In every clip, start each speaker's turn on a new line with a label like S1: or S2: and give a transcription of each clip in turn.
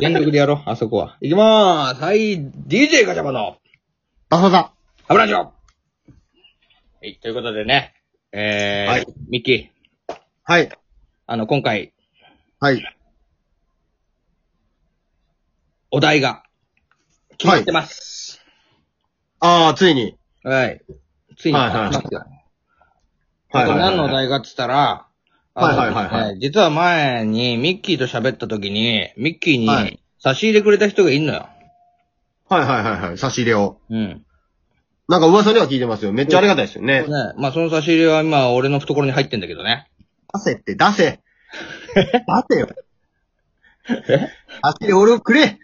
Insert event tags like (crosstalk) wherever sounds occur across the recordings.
S1: 全力でやろう、あそこは。いきまーす。はい、DJ ガチャバの、
S2: バサだ。
S1: ハブラジオはい、ということでね、えー、
S2: はい
S1: ミッキー、
S2: はい。
S1: あの、今回、
S2: はい。
S1: お題が、決まってます。
S2: ああ、ついに。
S1: はい。ついに決まってますよ。これ何のお題かって言ったら、あの
S2: はいはいはいは
S1: 実は前にミッキーと喋った時に、ミッキー
S2: は
S1: に
S2: い
S1: 差し入れくれた人がいんのよ。
S2: はいはいはいはい。差し入れを。
S1: うん。
S2: なんか噂では聞いてますよ。めっちゃありがたいですよ
S1: ね
S2: ね。、
S1: まあその差し入れは今俺の懐に入ってんだけどね。
S2: 出せって、出 (laughs) せ。出せよ。差し入れ俺をくれ。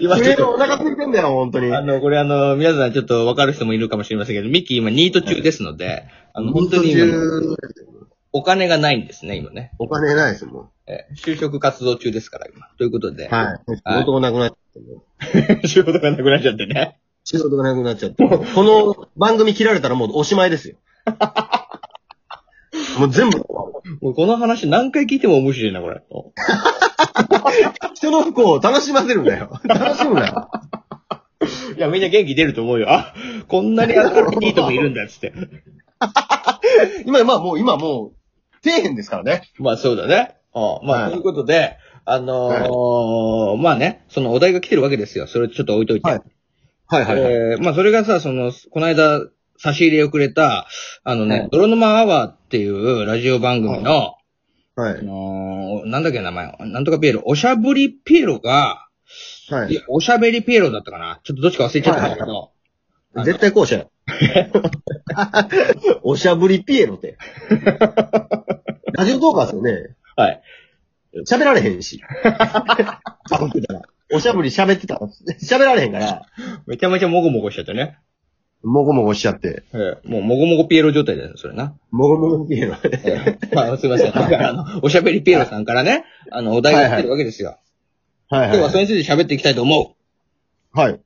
S1: 今
S2: くれよ、お腹空いてんだよ、本当に。
S1: あの、これあの、皆さんちょっとわかる人もいるかもしれませんけど、ミッキー今ニート中ですので、あの、本当に
S2: 本
S1: 今、
S2: 当に
S1: お金がないんですね、今ね。
S2: お金ないですもん。
S1: えー就職活動中ですから、今。ということで。
S2: はい。仕事がなくなっちゃってね。
S1: い。 (laughs) 仕事がなくなっちゃってね。
S2: 仕事がなくなっちゃって。この番組切られたらもうおしまい (laughs) ですよ。もう全部。
S1: もうこの話何回聞いても面白いな、これ。
S2: 人の不幸を楽しませるんだよ。楽しむなよ。
S1: いや、みんな元気出ると思うよ。あ、こんなに明るいニートもいるんだ、
S2: (laughs)
S1: つって。
S2: 今、まあもう、今もう、底辺ですからね。
S1: まあそうだね。あまあ、
S2: はい
S1: ということで、あのーまあね、そのお題が来てるわけですよ。それちょっと置いといて。
S2: はいはいはいはい。
S1: えーまあそれがさ、その、この間差し入れをくれた、あのね、
S2: はい
S1: 泥沼アワーっていうラジオ番組の、
S2: は
S1: あ
S2: い。
S1: のーなんだっけ名前、なんとかピエロ、おしゃぶりピエロが、
S2: はい
S1: や
S2: い。
S1: おしゃべりピエロだったかなちょっとどっちか忘れちゃったんだけど、あの
S2: 絶対後 (laughs) 者。おしゃぶりピエロって。ラジオトーカーですよね。
S1: はい。
S2: 喋られへん (laughs) し。多分だら。おしゃぶり喋ってたら、喋られへんから、
S1: めちゃめちゃもごもごしちゃってね。
S2: もごもごしちゃって。
S1: えーもうもごもごピエロ状態だよね、それな。
S2: もごもごピエロ。 (laughs)
S1: まあ、すいません。だから、あの、おしゃべりピエロさんからね、あの、お題が来てるわけですよ。
S2: は
S1: 今
S2: い
S1: 日はそ
S2: は
S1: れに
S2: い。
S1: ついて喋っていきたいと思う。
S2: はい。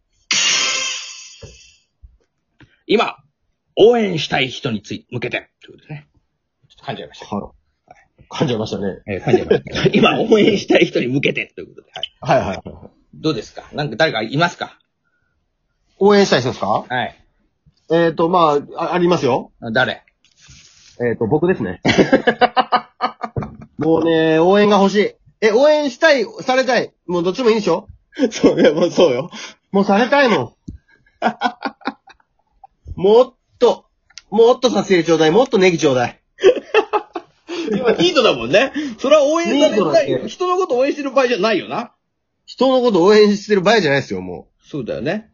S1: 今、応援したい人につい、向けて。ということでね。ちょっと噛んじゃいました。
S2: はい。噛んじゃいましたね。
S1: えー噛んじゃいました。 (laughs) 今、応援したい人に向けて。ということで。はい。
S2: はいはいはい。
S1: どうですかなんか誰かいますか
S2: 応援したい人ですか
S1: はい。
S2: えっと、まあ、あありますよ。
S1: 誰
S2: えっ、と、僕ですね。 (laughs) もうね、応援が欲しい。え、応援したい、されたい。もうどっちもいいでしょ
S1: そうよ、もうそうよ。
S2: もうされたいもん。 (laughs) もっと、もっと差し入れちょうだい。もっとネギちょうだい。
S1: 今、ニートだもんね。それは応援された
S2: ニートだ
S1: い。
S2: ね
S1: 人のこと応援してる場合じゃないよな。
S2: 人のこと応援してる場合じゃないですよ、も
S1: そうだよ (laughs) ね。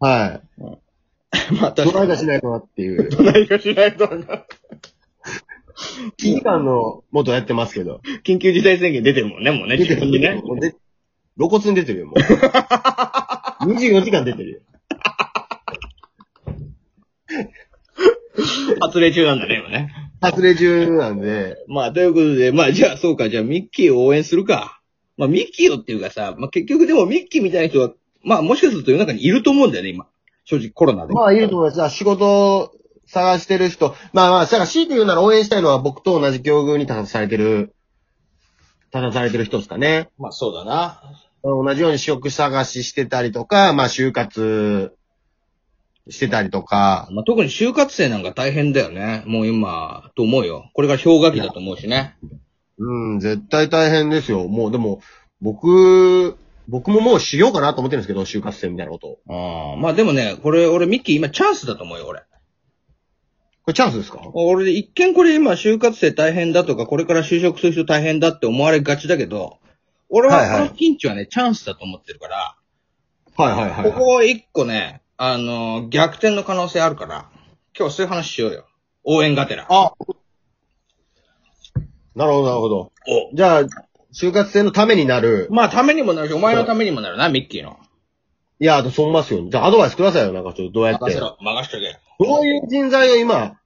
S2: う。は
S1: まあ、
S2: い。
S1: 確
S2: ど
S1: か
S2: ない
S1: に。
S2: かしないとなっていう。
S1: 隣がしないとなんか。
S2: 危機感の元やってますけど。
S1: 緊急事態宣言出てるもんね、もうね、自分にね。
S2: もうで露骨に出てるよ、
S1: (laughs)
S2: もう。24時間出てるよ。
S1: 発令中なんだね、今ね。
S2: 発令中なんで。
S1: まあ、ということで、まあ、じゃあ、そうか、じゃあ、ミッキーを応援するか。まあ、ミッキーをっていうかさ、まあ、結局でもミッキーみたいな人は、まあ、もしかすると世の中にいると思うんだよね、今。正直、コロナで。
S2: まあ、いると思います。仕事を探してる人。まあまあ、だから強いて言うなら応援したいのは僕と同じ境遇に立たされてる、立たされてる人ですかね。
S1: まあ、そうだな。
S2: 同じように職探ししてたりとか、まあ、就活してたりとか。
S1: まあ、特に就活生なんか大変だよね。もう今、と思うよ。これが氷河期だと思うしね。
S2: うん、絶対大変ですよ。もう、でも、僕、僕ももうしようかなと思ってるんですけど、就活生みたいなことを
S1: あまあ、でもね、これ、俺、ミッキー今チャンスだと思うよ、俺。
S2: これチャンスですか
S1: 俺、一見これ今、就活生大変だとか、これから就職する人大変だって思われがちだけど、俺
S2: はいは
S1: は、
S2: い
S1: このピンチはね、チャンスだと思ってるから、
S2: はいはいはい
S1: ここは一個ね、あのー逆転の可能性あるから、今日そういう話しようよ。応援がてら。
S2: あなるほど、なるほど。
S1: お
S2: じゃあ、就活生のためになる、
S1: まあ、ためにもなるし、お前のためにもなるな、ミッキーの。
S2: いや、そう思いますよ。じゃあ、アドバイスくださいよ。なんか、ちょっとどうやって。
S1: 任せろ、任しとけ。
S2: どういう人材を今、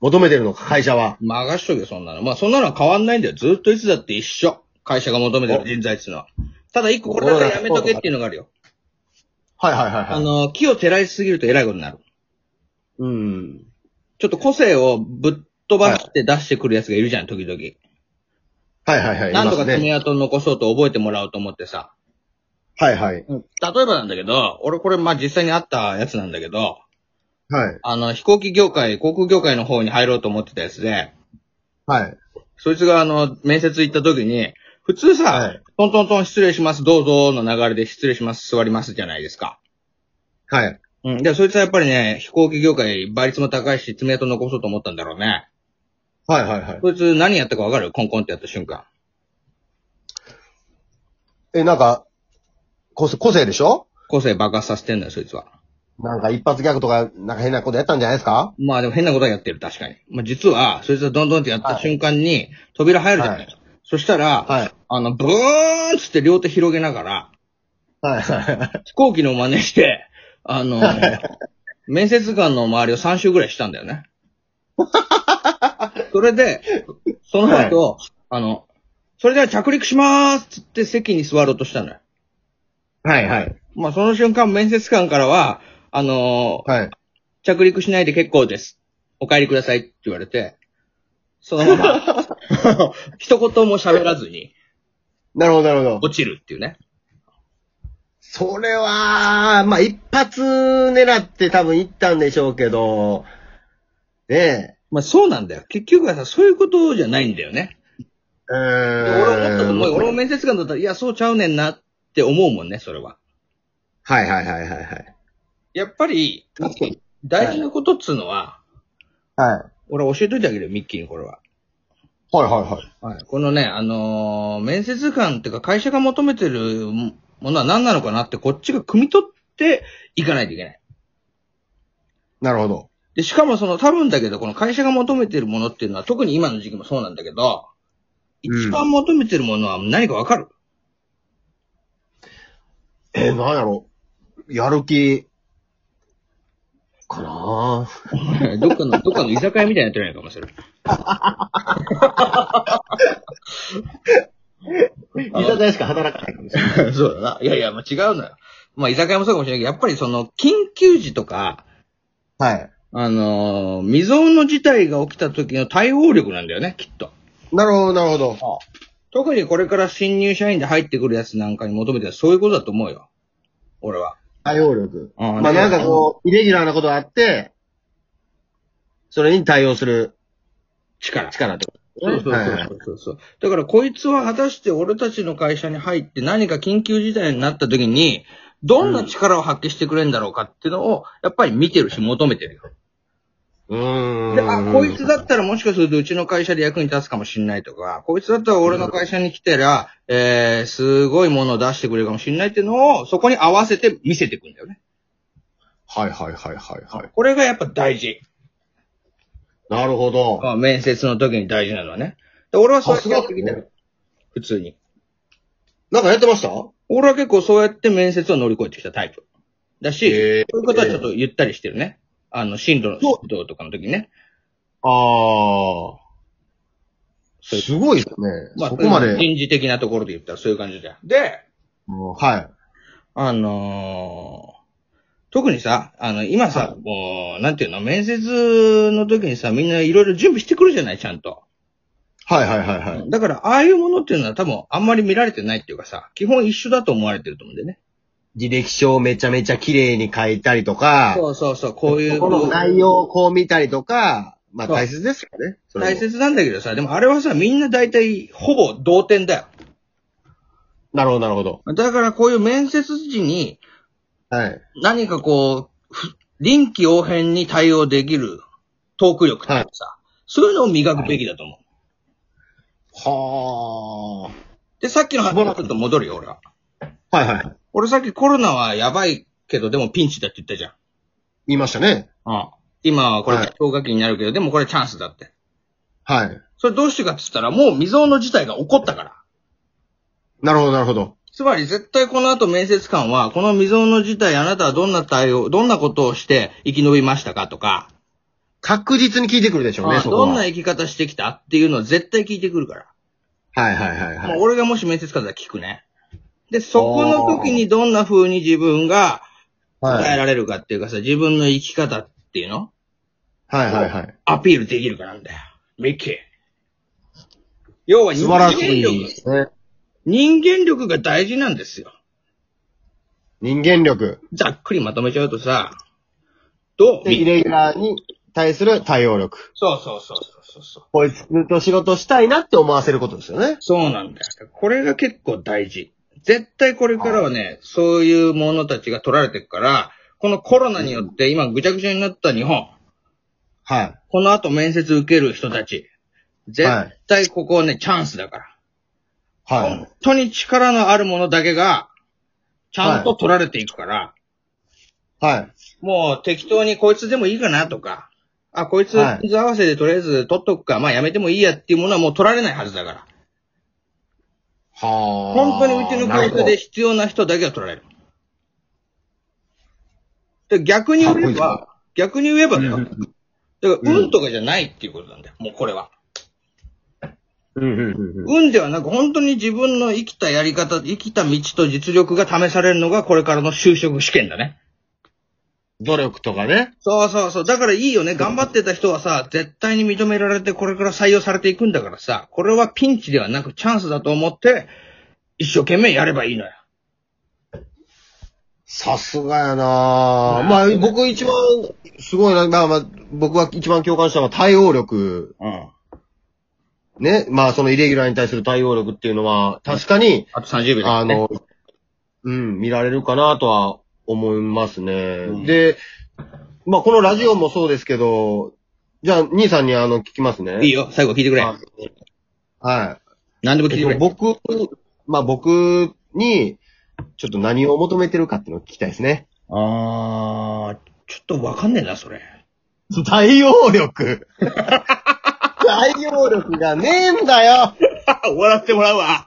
S2: 求めてるのか、会社は。
S1: 任しとけ、そんなの。まあ、そんなのは変わんないんだよ。ずっといつだって一緒。会社が求めてる人材っつうのは。ただ一個これだけはやめとけっていうのがあるよ。
S2: はいはいはい
S1: あ
S2: い。
S1: のー木を照らしすぎると偉いことになる。
S2: うん。
S1: ちょっと個性をぶっ飛ばして出してくるやつがいるじゃん、時々。
S2: はいはいはい。
S1: なんとか
S2: いますね
S1: 爪痕残そうと覚えてもらおうと思ってさ。
S2: はいはい。
S1: 例えばなんだけど、俺これまあ実際にあったやつなんだけど、
S2: はい。
S1: あの飛行機業界、航空業界の方に入ろうと思ってたやつで、
S2: はい。
S1: そいつがあの、面接行った時に、普通さ、
S2: はい
S1: トントントン失礼します、どうぞの流れで失礼します、座りますじゃないですか。
S2: はい。
S1: うん。で、そいつはやっぱりね、飛行機業界倍率も高いし、爪痕残そうと思ったんだろうね。
S2: はいはいはい。
S1: こいつ何やったかわかるコンコンってやった瞬間。
S2: え、なんか、個性個性でしょ
S1: 個性爆発させてんだよ、そいつは。
S2: なんか一発ギャグとか、なんか変なことやったんじゃないですか
S1: まあでも変なことはやってる、確かに。まあ実は、そいつはどんどんってやった瞬間に、扉入るじゃない、
S2: は
S1: そしたら、
S2: はい。
S1: あの、ブーンっつって両手広げながら、
S2: はいはいはい。
S1: 飛行機の真似して、あの、面接官の周りを3周ぐらいしたんだよね。それで、その後、あの、それでは着陸しまーすっつって席に座ろうとしたのよ。
S2: はいはい。
S1: まあその瞬間面接官からは、あの
S2: はい。
S1: 着陸しないで結構です。お帰りくださいって言われて、そのまま、一言も喋らずに
S2: なるほどなるほど。
S1: 落ちるっていうね。
S2: それは、まあ、一発狙って多分行ったんでしょうけど、ねえ。
S1: まあそうなんだよ。結局はさ、そういうことじゃないんだよね。
S2: う
S1: 俺
S2: ーん
S1: は思ったと思うよ。俺も面接官だったら、いや、そうちゃうねんなって思うもんね、それは。
S2: はいはいはいはいはい。
S1: やっぱり、
S2: 確かに。
S1: 大事なことっつうのは、
S2: はい。
S1: 俺教えといてあげるよ、ミッキーにこれは。
S2: はいはいはい。
S1: はい、このね、あのー面接官っていうか会社が求めてるものは何なのかなって、こっちが汲み取っていかないといけない。
S2: なるほど。
S1: で、しかもその多分だけど、この会社が求めてるものっていうのは、特に今の時期もそうなんだけど、
S2: うん
S1: 一番求めてるものは何かわかる、
S2: えー、なんやろ。やる気、かなぁ。
S1: (laughs) どっかの、どっかの居酒屋みたいになってるやんかもしれない。
S2: 居酒屋しか働かないかもしれな
S1: (laughs)
S2: い。
S1: そうだな。いやいや、まあ違うのよ。まあ居酒屋もそうかもしれないけど、やっぱりその、緊急時とか、
S2: はい。
S1: あのー未曾有の事態が起きた時の対応力なんだよね、きっと。
S2: なるほど、なるほど。
S1: 特にこれから新入社員で入ってくるやつなんかに求めてはそういうことだと思うよ。俺は。
S2: 対応力。
S1: あー
S2: まあ
S1: ね
S2: なんかこう、イレギュラーなことがあって、それに対応する
S1: 力。
S2: 力ってこと
S1: そうそう
S2: はいはい
S1: そうそうそう。だからこいつは果たして俺たちの会社に入って何か緊急事態になった時に、どんな力を発揮してくれるんだろうかっていうのを、やっぱり見てるし求めてるよ。
S2: う
S1: で、あ
S2: ー、ん。
S1: こいつだったらもしかするとうちの会社で役に立つかもしんないとか、こいつだったら俺の会社に来たら、えー、すごいものを出してくれるかもしんないっていうのを、そこに合わせて見せてくんだよね。
S2: はいはいはいはいはい。
S1: これがやっぱ大事。
S2: なるほど。
S1: あ面接の時に大事なのはね。で俺はそうやってやってきた
S2: さすが
S1: よ。普通に。
S2: なんかやってました
S1: 俺は結構そうやって面接を乗り越えてきたタイプ。だし、
S2: へー
S1: そういうことはちょっとゆったりしてるね。あの、進路の、
S2: そ
S1: 指導とかの時ね。
S2: あ
S1: そう
S2: ー。
S1: いう
S2: すごいですね。そこまで。
S1: 人事的なところで言ったらそういう感じだよ。で、
S2: もうはい。
S1: あのー特にさ、あの、今さ、もう、なんていうの、面接の時にさ、みんないろいろ準備してくるじゃない、ちゃんと。
S2: はいはいはいはい。
S1: だから、ああいうものっていうのは多分、あんまり見られてないっていうかさ、基本一緒だと思われてると思うんだよね。
S2: 履歴書をめちゃめちゃ綺麗に書いたりとか、
S1: そうそうそう、こういう。
S2: この内容をこう見たりとか、まあ
S1: そう
S2: 大切ですよね。それも
S1: 大。切なんだけどさ、でもあれはさ、みんな大体、ほぼ同点だよ。
S2: なるほどなるほど。
S1: だからこういう面接時に、
S2: はい。
S1: 何かこうふ、臨機応変に対応できるトーク力とかさ、そういうのを磨くべきだと思う。
S2: は
S1: で、さっきの話ちょっと戻るよ、俺は。
S2: あ。はいはい。
S1: 俺さっきコロナはやばいけど、でもピンチだって言ったじゃん。
S2: 言いましたね。
S1: うん。今はこれ
S2: はい、
S1: 氷河期になるけど、でもこれチャンスだって。
S2: はい。
S1: それどうしてかって言ったら、もう未曾有の事態が起こったから。
S2: なるほどなるほど。
S1: つまり絶対この後面接官は、この未曾有の事態、あなたはどんな対応、どんなことをして生き延びましたかとか、
S2: 確実に聞いてくるでしょうね、
S1: あ
S2: そこは。
S1: どんな
S2: はい
S1: 生き方してきたっていうのを絶対聞いてくるから。
S2: はいはい
S1: まあ
S2: はい。
S1: 俺がもし面接官だったら聞くね。で、そこの時にどんな風に自分が
S2: は
S1: 答え
S2: い
S1: られるかっていうかさ、自分の生き方っていうの
S2: はいはいはい。
S1: アピールできるかなんだよ。ミッキー。要は
S2: 素
S1: 人
S2: 晴ら
S1: 間
S2: しいで
S1: 力。
S2: すね。
S1: 人間力が大事なんですよ。
S2: 人間力。
S1: ざっくりまとめちゃうとさ、どう
S2: で、イレギュラーに対する対応力。
S1: そうそうそうそうそう。
S2: こいつと仕事したいなって思わせることですよね。
S1: そうなんだよ。これが結構大事。絶対これからはね、そういうものたちが取られていくから、このコロナによって今ぐちゃぐちゃになった日本、
S2: はい。
S1: この後面接受ける人たち、絶対ここはね、チャンスだから。
S2: はい
S1: 本。当に力のあるものだけが、ちゃんと取られていくから、
S2: はい。
S1: もう適当にこいつでもいいかなとか、あ、こいつ
S2: はい
S1: 合わせでとりあえず取っとくか、まあやめてもいいやっていうものはもう取られないはずだから。
S2: はあ。
S1: 本当にうちの会社で必要な人だけが取られる。で逆に
S2: かっこい
S1: 言え
S2: いな
S1: ば、逆に言えばだよ。
S2: う
S1: だ (laughs)
S2: ん
S1: から、運とかじゃないっていうことなんだよ。もうこれは。
S2: うんうんうんうん。
S1: 運ではなく、本当に自分の生きたやり方、生きた道と実力が試されるのがこれからの就職試験だね。
S2: 努力とかね。
S1: そうそうそう。だからいいよね。頑張ってた人はさ、絶対に認められてこれから採用されていくんだからさ、これはピンチではなくチャンスだと思って、一生懸命やればいいのよ。
S2: さすがやなぁ。まあ、僕一番、すごいな、まあまあ、僕が一番共感したのは対応力。
S1: うん。
S2: ね。まあ、そのイレギュラーに対する対応力っていうのは、確かに、
S1: あと30秒だ
S2: あ
S1: ね。
S2: の、うん、見られるかなとは思いますね。
S1: ん
S2: で、まあ、このラジオもそうですけど、じゃあ、兄さんにあの、聞きますね。
S1: いいよ。最後聞いてくれ。
S2: あはい。
S1: 何でも聞いてく
S2: えっ
S1: れ。
S2: と僕、まあ僕に、ちょっと何を求めてるかっていうのを聞きたいですね。
S1: あー、ちょっとわかんねえな、それ。
S2: 対応 (laughs) 力対応力がねえんだよ
S1: (laughs) 笑ってもらうわ。